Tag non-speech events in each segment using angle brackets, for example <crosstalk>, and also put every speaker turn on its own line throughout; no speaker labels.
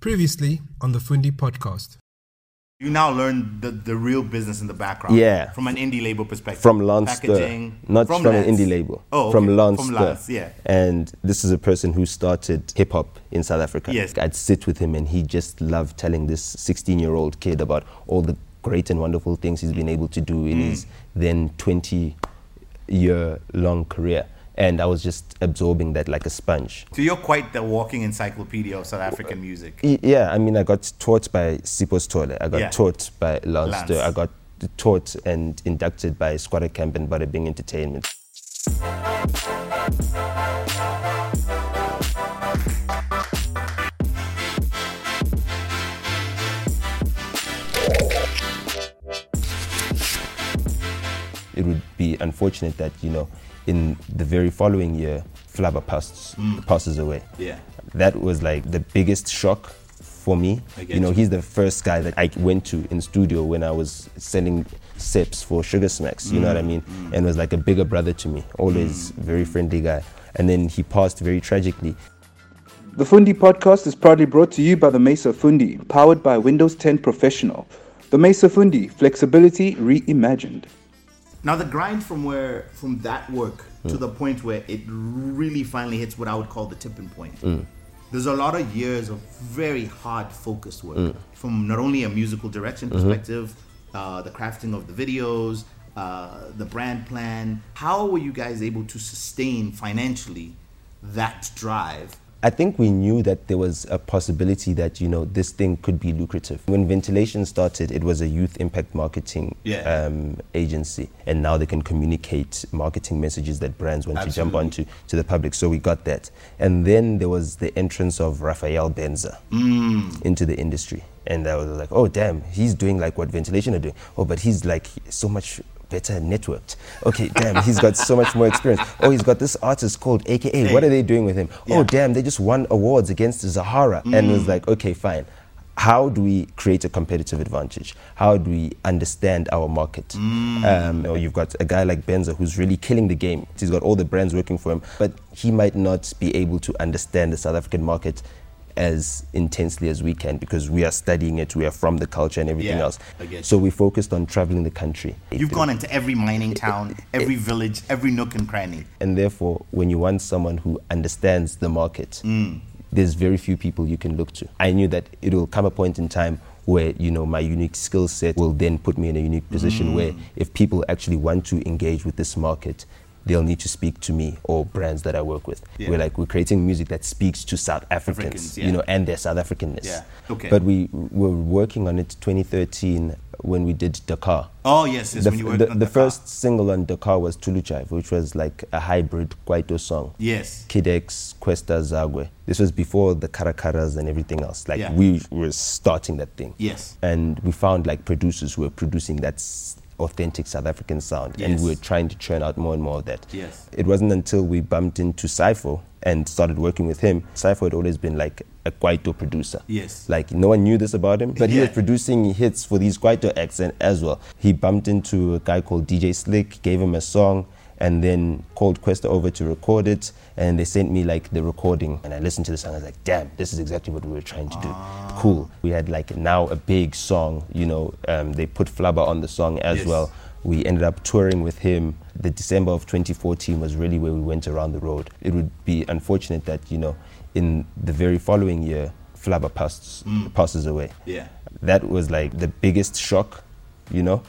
Previously on the Fundi podcast.
You now learn the, the real business in the background.
Yeah.
From an indie label perspective.
from Lanster,
Packaging.
not from, an
Lance.
indie label,
Oh,
from
okay.
Lanster.
From Lance, yeah.
And this is a person who started hip hop in South Africa.
Yes.
I'd sit with him, and he just loved telling this 16-year-old kid about all the great and wonderful things he's been able to do in
Mm.
his then 20-year-long career. And I was just absorbing that like a sponge.
So you're quite the walking encyclopedia of South African music.
Y- Yeah, I mean, I got taught by Sipos Tole. I got
Yeah.
taught by Lance,
Lance.
Dur- I got taught and inducted by Squatter Camp and Bada Bing Entertainment. It would be unfortunate that, you know, in the very following year, Flava passed, passes away
Mm. Yeah.
that was like the biggest shock for me.
I get
You know,
you.
he's the first guy that I went to in studio when I was selling sips for Sugar Smacks, you know
Mm,
what I mean? And was like a bigger brother to me, always very friendly guy. And then he passed very tragically.
The Fundi podcast is proudly brought to you by the Mesa Fundi, powered by Windows 10 Professional. The Mesa Fundi, flexibility reimagined.
Now the grind from where from that work
Mm.
to the point where it really finally hits what I would call the tipping point.
Mm.
There's a lot of years of very hard focused work
Mm.
from not only a musical direction
Mm-hmm.
perspective, uh, the crafting of the videos, uh, the brand plan. How were you guys able to sustain financially that drive?
I think we knew that there was a possibility that you know this thing could be lucrative. When ventilation started, it was a youth impact marketing
Yeah.
um, agency, and now they can communicate marketing messages that brands want to jump
Absolutely.
onto to the public. So we got that, and then there was the entrance of Rafael Benza
Mm.
into the industry, and I was like, oh damn, he's doing like what ventilation are doing. Oh, but he's like so much. Better networked. Okay, damn, he's got so much more experience. Oh, he's got this artist called AKA. What are they doing with him?
Yeah. Mm.
Oh, damn, they just won awards against Zahara. And it was like, okay, fine. How do we create a competitive advantage? How do we understand our market?
Mm.
Um, or you've got a guy like Benza who's really killing the game. He's got all the brands working for him, but he might not be able to understand the South African market as intensely as we can because we are studying it, we are from the culture and everything
Yeah,
else.
I get
So we focused on traveling the country.
You've gone into every mining town, every village, every nook and cranny.
And therefore, when you want someone who understands the market,
Mm.
there's very few people you can look to. I knew that it will come a point in time where you know my unique skill set will then put me in a unique position where
Mm.
if people actually want to engage with this market, they'll need to speak to me or brands that I work with.
Yeah.
We're like we're creating music that speaks to South Africans,
Africans, yeah.
you know, and their South Africanness.
Yeah. Okay.
But we were working on it 2013 when we did Dakar
Oh yes, yes.
the,
when you
f-
worked
the-
on
the
the car.
first single on Dakar was Tulu Jive, which was like a hybrid Kwaito song.
Yes.
Kid X, Questa, Zagwe. This was before the Karakaras and everything else. Like
Yeah.
we were starting that thing.
Yes.
And we found like producers who were producing that s- authentic South African sound. And
Yes.
we were trying to churn out more and more of that.
Yes.
It wasn't until we bumped into Cypho and started working with him. Cypho had always been like a Kwaito producer.
Yes.
Like no one knew this about him, but he was
Yeah.
producing hits for these Kwaito acts and as well. He bumped into a guy called DJ Slick, gave him a song, and then called Questa over to record it. And they sent me like the recording, and I listened to the song. I was like, "Damn, this is exactly what we were trying to do.
Ah.
Cool." We had like now a big song. You know, um, they put Flubber on the song as
Yes.
well. We ended up touring with him. The December of 2014 was really where we went around the road. It would be unfortunate that, you know, in the very following year, Flubber passed, passes away.
Yeah.
That was like the biggest shock, you know,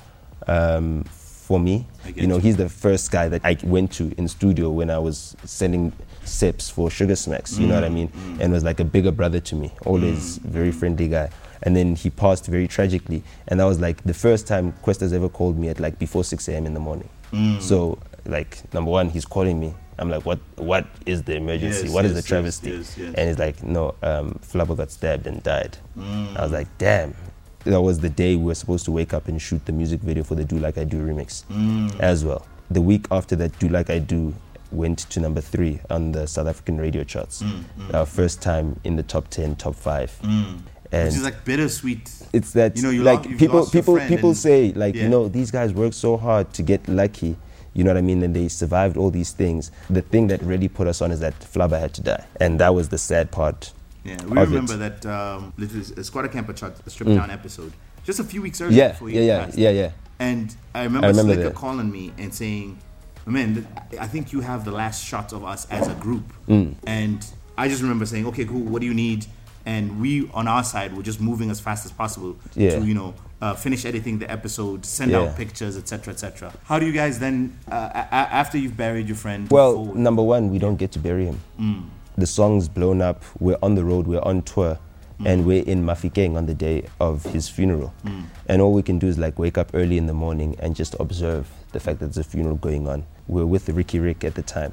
um, for me.
I get
You know,
you.
he's the first guy that I went to in studio when I was selling sips for Sugar Smacks, you know what
Mm.
I mean? And was like a bigger brother to me, always very friendly guy. And then he passed very tragically. And that was like the first time Questa's ever called me at like before 6 a.m. in the morning.
Mm.
So, like, number one, he's calling me. I'm like, what? What is the emergency?
Yes,
what is
yes, yes,
the travesty?
yes, yes.
And he's like, no, um, Flubber got stabbed and died.
Mm.
I was like, damn. That was the day we were supposed to wake up and shoot the music video for the Do Like I Do remix
Mm.
as well. The week after that, Do Like I Do went to number three on the South African radio charts.
Mm,
Our first time in the top 10, top five. And
Which is like bittersweet.
it's that
You know, you
like
lo- you've
people
lost your
people
friend
people
and-
say like
Yeah.
you know these guys work so hard to get lucky you know what i mean and they survived all these things the thing that really put us on is that flubber had to die and that was the sad part
Yeah, we
of
remember
it. Mm.
that um, little uh, squatter camper chart, the strip down episode, just a few weeks earlier.
Yeah,
before he
yeah, yeah,
passed.
yeah, yeah.
And I remember,
I remember
Slicker
that.
calling me and saying, "Man, th- I think you have the last shot of us as a group."
Mm.
And I just remember saying, "Okay, cool. What do you need?" And we, on our side, were just moving as fast as possible
Yeah.
to, you know, uh, finish editing the episode, send
Yeah.
out pictures, etc., etc. How do you guys then, uh, a- a- after you've buried your friend? move
Well,
forward?
number one, we don't get to bury him. The song's blown up. We're on the road. We're on tour. And we're in Mafikeng on the day of his funeral. And all we can do is like wake up early in the morning and just observe the fact that there's a funeral going on. We We're with Ricky Rick at the time.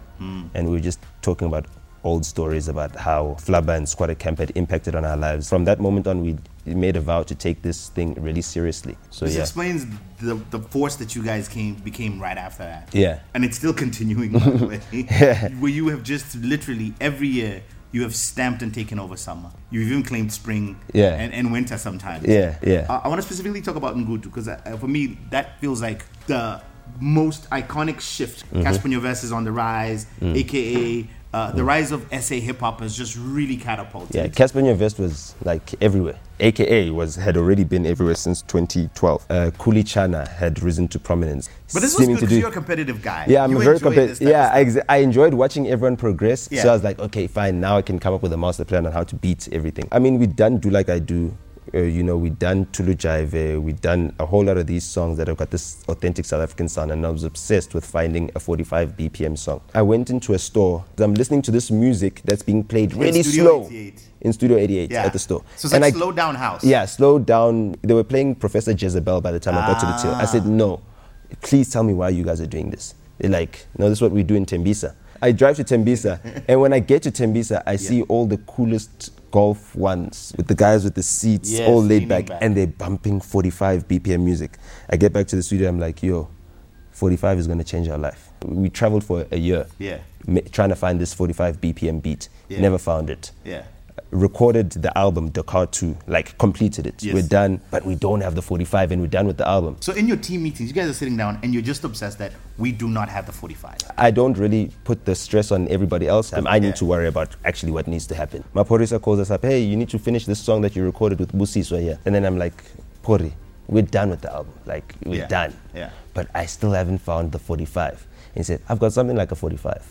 And we were just talking about old stories about how Flubber and Squatter Camp had impacted on our lives. From that moment on, we made a vow to take this thing really seriously. So,
This
yeah.
explains the, the force that you guys came became right after that.
Yeah.
And it's still continuing by the
<laughs>
way. Where you have just literally every year you have stamped and taken over summer. You've even claimed spring
Yeah.
and, and winter sometimes.
Yeah, yeah.
I, want to specifically talk about Ngutu because uh, for me that feels like the most iconic shift.
Mm-hmm.
Casper Nyovest is on the rise,
Mm.
aka uh, the rise of SA hip hop has just really catapulted.
Yeah, Casper Nyovest was like everywhere. AKA was had already been everywhere since 2012. Uh, Kuli Chana had risen to prominence.
But this was
seeming
good
to
because
do-
you're a competitive guy.
Yeah, I'm
You
a very
enjoy this
competitive.
type of
Yeah, I, ex- I enjoyed watching everyone progress.
Yeah.
So I was like, okay, fine. Now I can come up with a master plan on how to beat everything. I mean, we done do like I do. Uh, you know, we done Tulu Jaive, we done a whole lot of these songs that have got this authentic South African sound, and I was obsessed with finding a 45 BPM song. I went into a store, I'm listening to this music that's being played really
Studio
slow
88.
in Studio 88
Yeah.
at the store.
So it's
And
like
I-
slow down house.
Yeah, slow down. They were playing Professor Jezebel by the time I got to the till. I said, no, please tell me why you guys are doing this. They're like, no, this is what we do in Tembisa. I drive
<laughs>
to Tembisa, and when I get to Tembisa, I see all the coolest golf ones with the guys with the seats
Yes,
all laid
leaning
back,
back.
and they're bumping 45 BPM music. I get back to the studio, I'm like, yo, 45 is going to change our life. We traveled for a year
Yeah.
ma- trying to find this 45 BPM beat,
Yeah.
never found it
Yeah.
recorded the album Dakar 2, like completed it.
Yes.
We're done, but we don't have the 45 and we're done with the album.
So in your team meetings, you guys are sitting down and you're just obsessed that we do not have the 45.
I don't really put the stress on everybody else. Um, I need
Yeah.
to worry about actually what needs to happen. My producer calls us up, hey, you need to finish this song that you recorded with Busiswa here. And then I'm like, Pori, we're done with the album. Like, we're
Yeah.
done.
Yeah.
But I still haven't found the 45. He said, I've got something like a 45.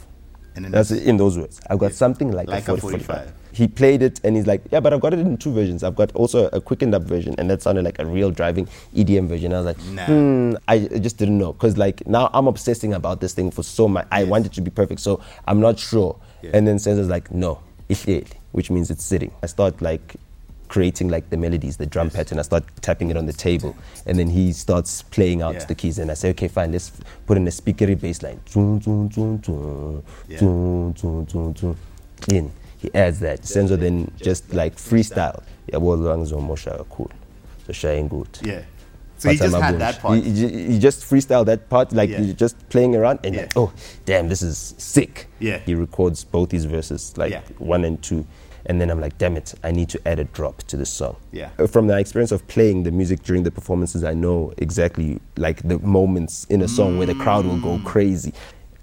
And then
That's it, in those words. I've got something like,
Like a
a, 40,
45.
45. He played it and he's like, yeah, but I've got it in two versions. I've got also a quickened up version, and that sounded like a real driving EDM version. I was like,
Nah.
hmm, I I just didn't know because like now I'm obsessing about this thing for so much. I want it to be perfect, so I'm not sure. And then Sensor's like, no, it's it, which means it's sitting. I start like creating like the melodies, the drum pattern. I start tapping it on the table, and then he starts playing out
Yeah.
the keys. And I say, okay, fine, let's put in a speakery bass line. Zoom, zoom, zoom, zoom,
Yeah.
zoom, zoom, zoom, zoom. In. He adds that. Senzo then just like freestyle. Yeah, well, Langzo Mosha, cool. So Shine good.
yeah. So he
Fatima
just had
Bunch.
that part.
You, you- you just freestyle that part, like
Yeah.
you're just playing around, and
Yeah.
like, oh, damn, this is sick.
Yeah.
He records both his verses, like
Yeah.
one and two. And then I'm like, damn it, I need to add a drop to this song.
Yeah.
Uh, From the experience of playing the music during the performances, I know exactly like the moments in a song where the crowd will
Mm.
go crazy.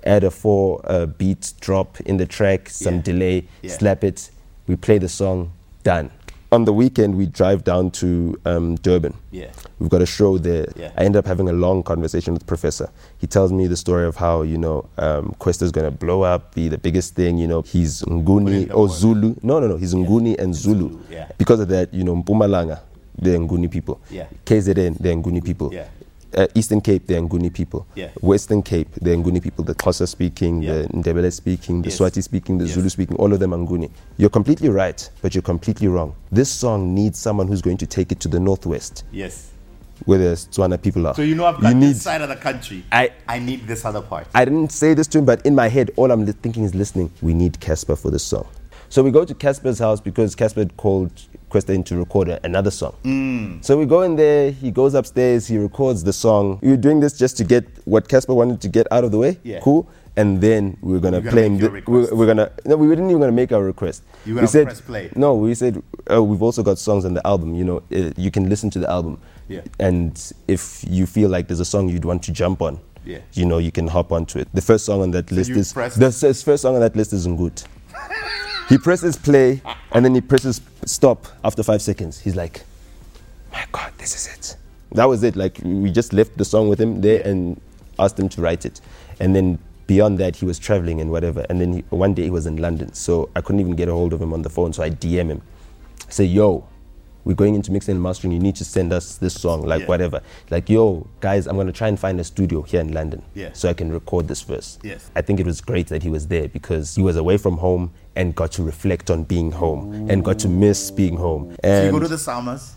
Add a four uh, beat drop in the track, some
Yeah.
delay,
Yeah.
slap it, we play the song, done. On the weekend, we drive down to um, Durban.
Yeah.
We've got a show there.
Yeah.
I end up having a long conversation with Professor. He tells me the story of how, you know, um, Questa's going to blow up, be the biggest thing, you know, he's
in
Nguni
the
or
work.
Zulu. No, no, no, he's Nguni and Zulu.
yeah.
Because of that, you know, Mpumalanga, they're Nguni people.
Yeah.
KZN, they're Nguni people.
Yeah.
Uh, Eastern Cape, they're Nguni people.
Yeah.
Western Cape, they're Nguni people. The Xhosa speaking,
Yeah.
the Ndebele speaking, the
Yes.
Swati speaking, the
Yes.
Zulu speaking, all of them are Nguni. You're completely right, but you're completely wrong. This song needs someone who's going to take it to the northwest
Yes.
where the Tswana people are.
So you know I've got
you need,
this side of the country.
I-
I need this other part.
I didn't say this to him, but in my head, all I'm li- thinking is listening. We need Casper for this song. So we go to Casper's house because Casper had called Questa in to record a- another song.
Hmm.
So we go in there, he goes upstairs, he records the song. We were doing this just to get what Casper wanted to get out of the way.
Yeah.
Cool. And then we were gonna
You're gonna
play him.
make your
th- we-
request.
we're gonna no, we didn't even gonna make our request.
You're
we
gonna
said,
press play.
No, we said oh, we've also got songs on the album. You know, uh, you can listen to the album.
Yeah.
And if you feel like there's a song you'd want to jump on,
Yeah.
you know, you can hop onto it. The first song on that list
you
is
pressed-
the s- first song on that list is Ngut. He presses play and then he presses stop after five seconds. He's like, my God, this is it. That was it. Like, we just left the song with him there and asked him to write it. And then beyond that, he was traveling and whatever. And then he, one day he was in London. So I couldn't even get a hold of him on the phone. So I DM him. I say, yo, we're going into mixing and mastering. You need to send us this song, like
Yeah.
whatever. Like, yo, guys, I'm going to try and find a studio here in London
Yeah.
so I can record this verse.
Yes.
I think it was great that he was there because he was away from home and got to reflect on being home and got to miss being home. And
you go to the Summers.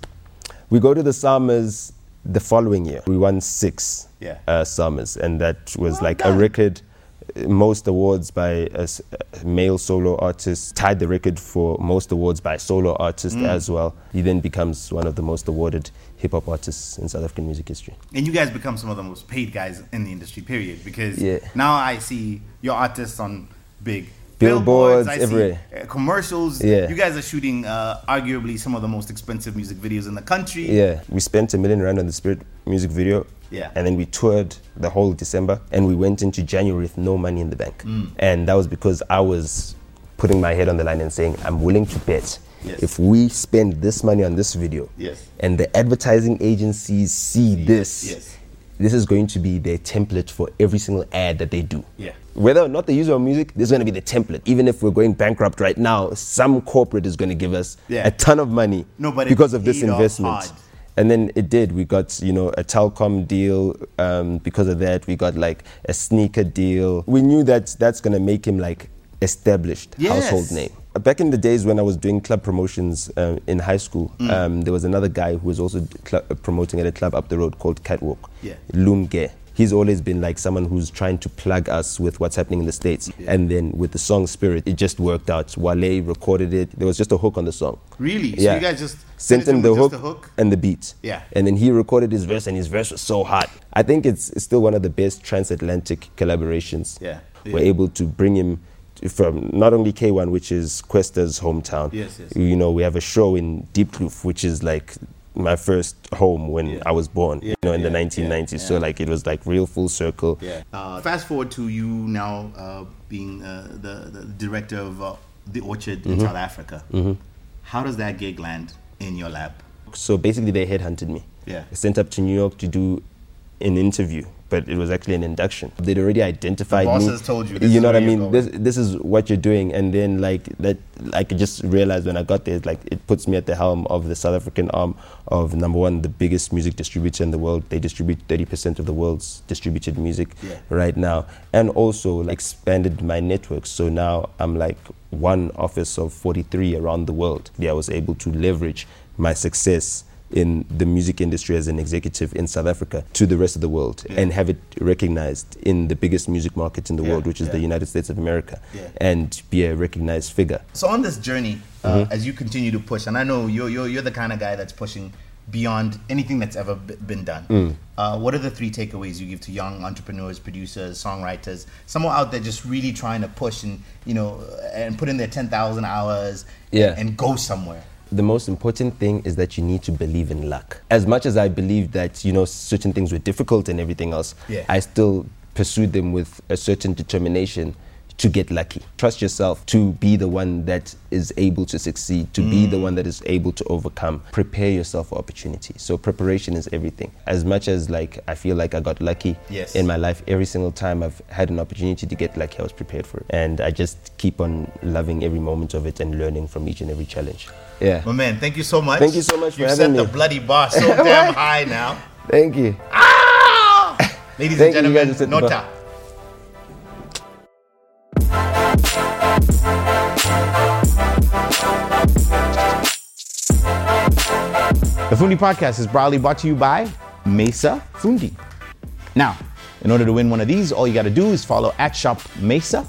we go to the summers the following year. We won six
Yeah.
uh, summers, and that was
Well
like a
done.
record. uh, Most awards by a s- a male solo artist tied the record for most awards by a solo artist as well. He then becomes one of the most awarded hip hop artists in South African music history.
And you guys become some of the most paid guys in the industry, period. Because
Yeah.
now I see your artists on big
Billboards,
I see,
everywhere.
uh, commercials.
Yeah.
You guys are shooting uh, arguably some of the most expensive music videos in the country.
Yeah, we spent a million rand on the Spirit music video.
Yeah.
And then we toured the whole December and we went into January with no money in the bank.
Mm.
And that was because I was putting my head on the line and saying, I'm willing to bet
Yes.
if we spend this money on this video
Yes.
and the advertising agencies see this,
yes.
this is going to be their template for every single ad that they do.
Yeah.
Whether or not they use our music, this is going to be the template. Even if we're going bankrupt right now, some corporate is going to give us
Yeah.
a ton of money
No, but it
because of this
paid off
investment.
hard.
And then it did. We got you know a Telcom deal um, because of that. We got like a sneaker deal. We knew that that's gonna make him like established
Yes.
household name. Back in the days when I was doing club promotions um, in high school,
Mm.
um, there was another guy who was also d- cl- uh, promoting at a club up the road called Catwalk.
Yeah.
Lumge. He's always been like someone who's trying to plug us with what's happening in the States. And then with the song Spirit, it just worked out. Wale recorded it. There was just a hook on the song.
Really? So you guys just
sent
finished
him
him
the
with
hook,
just the hook?
and the beat.
Yeah.
And then he recorded his verse, and his verse was so hot. I think it's, it's still one of the best transatlantic collaborations.
Yeah.
We're
Yeah.
able to bring him to- from not only K1, which is Questa's hometown.
Yes, yes.
You know, we have a show in Deep Kloof, which is like my first home when I was born, you know, in the 1990s. So, like, it was like real full circle.
Yeah. Uh, fast forward to you now uh, being uh, the, the director of uh, the Orchard in South Africa. How does that gig land in your lap?
So basically, they headhunted me.
Yeah.
Sent up to New York to do an interview, but it was actually an induction. They'd already identified
The
me.
bosses told you, this
you
is
know what I
where you're
mean? This, this is what you're doing, and then like that, I could just realize when I got there, like it puts me at the helm of the South African arm of number one, the biggest music distributor in the world. They distribute 30% of the world's distributed music
Yeah.
right now, and also like expanded my network. So now I'm like one office of 43 around the world. Yeah, I was able to leverage my success in the music industry as an executive in South Africa to the rest of the world
Yeah.
and have it recognized in the biggest music market in the
Yeah,
world, which is the
yeah.
United States of America,
Yeah.
and be a recognized figure.
So on this journey, uh, as you continue to push, and I know you're, you're, you're the kind of guy that's pushing beyond anything that's ever b- been done. Uh, what are the three takeaways you give to young entrepreneurs, producers, songwriters, someone out there just really trying to push and you know and put in their ten thousand hours
Yeah.
and go somewhere?
The most important thing is that you need to believe in luck. As much as I believed that, you know, certain things were difficult and everything else,
Yeah.
I still pursued them with a certain determination to get lucky. Trust yourself to be the one that is able to succeed, to be
Mm.
the one that is able to overcome. Prepare yourself for opportunity. So preparation is everything. As much as like I feel like I got lucky
Yes.
in my life, every single time I've had an opportunity to get lucky, I was prepared for it. And I just keep on loving every moment of it and learning from each and every challenge. Yeah.
My man, thank you so much.
Thank you so much for
You've
having
set the
me.
bloody bar
<laughs>
so damn high now.
Thank you.
Ladies
Thank you,
and
you guys
gentlemen,
have set the bar.
Nota. The Fundi Podcast is proudly brought to you by Mesa Fundi. Now, in order to win one of these, all you got to do is follow at Shop Mesa,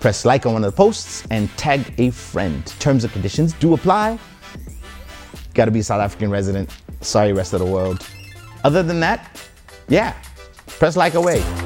press like on one of the posts, and tag a friend. Terms and conditions do apply. Got to be a South African resident. Sorry, rest of the world. Other than that, yeah, press like away.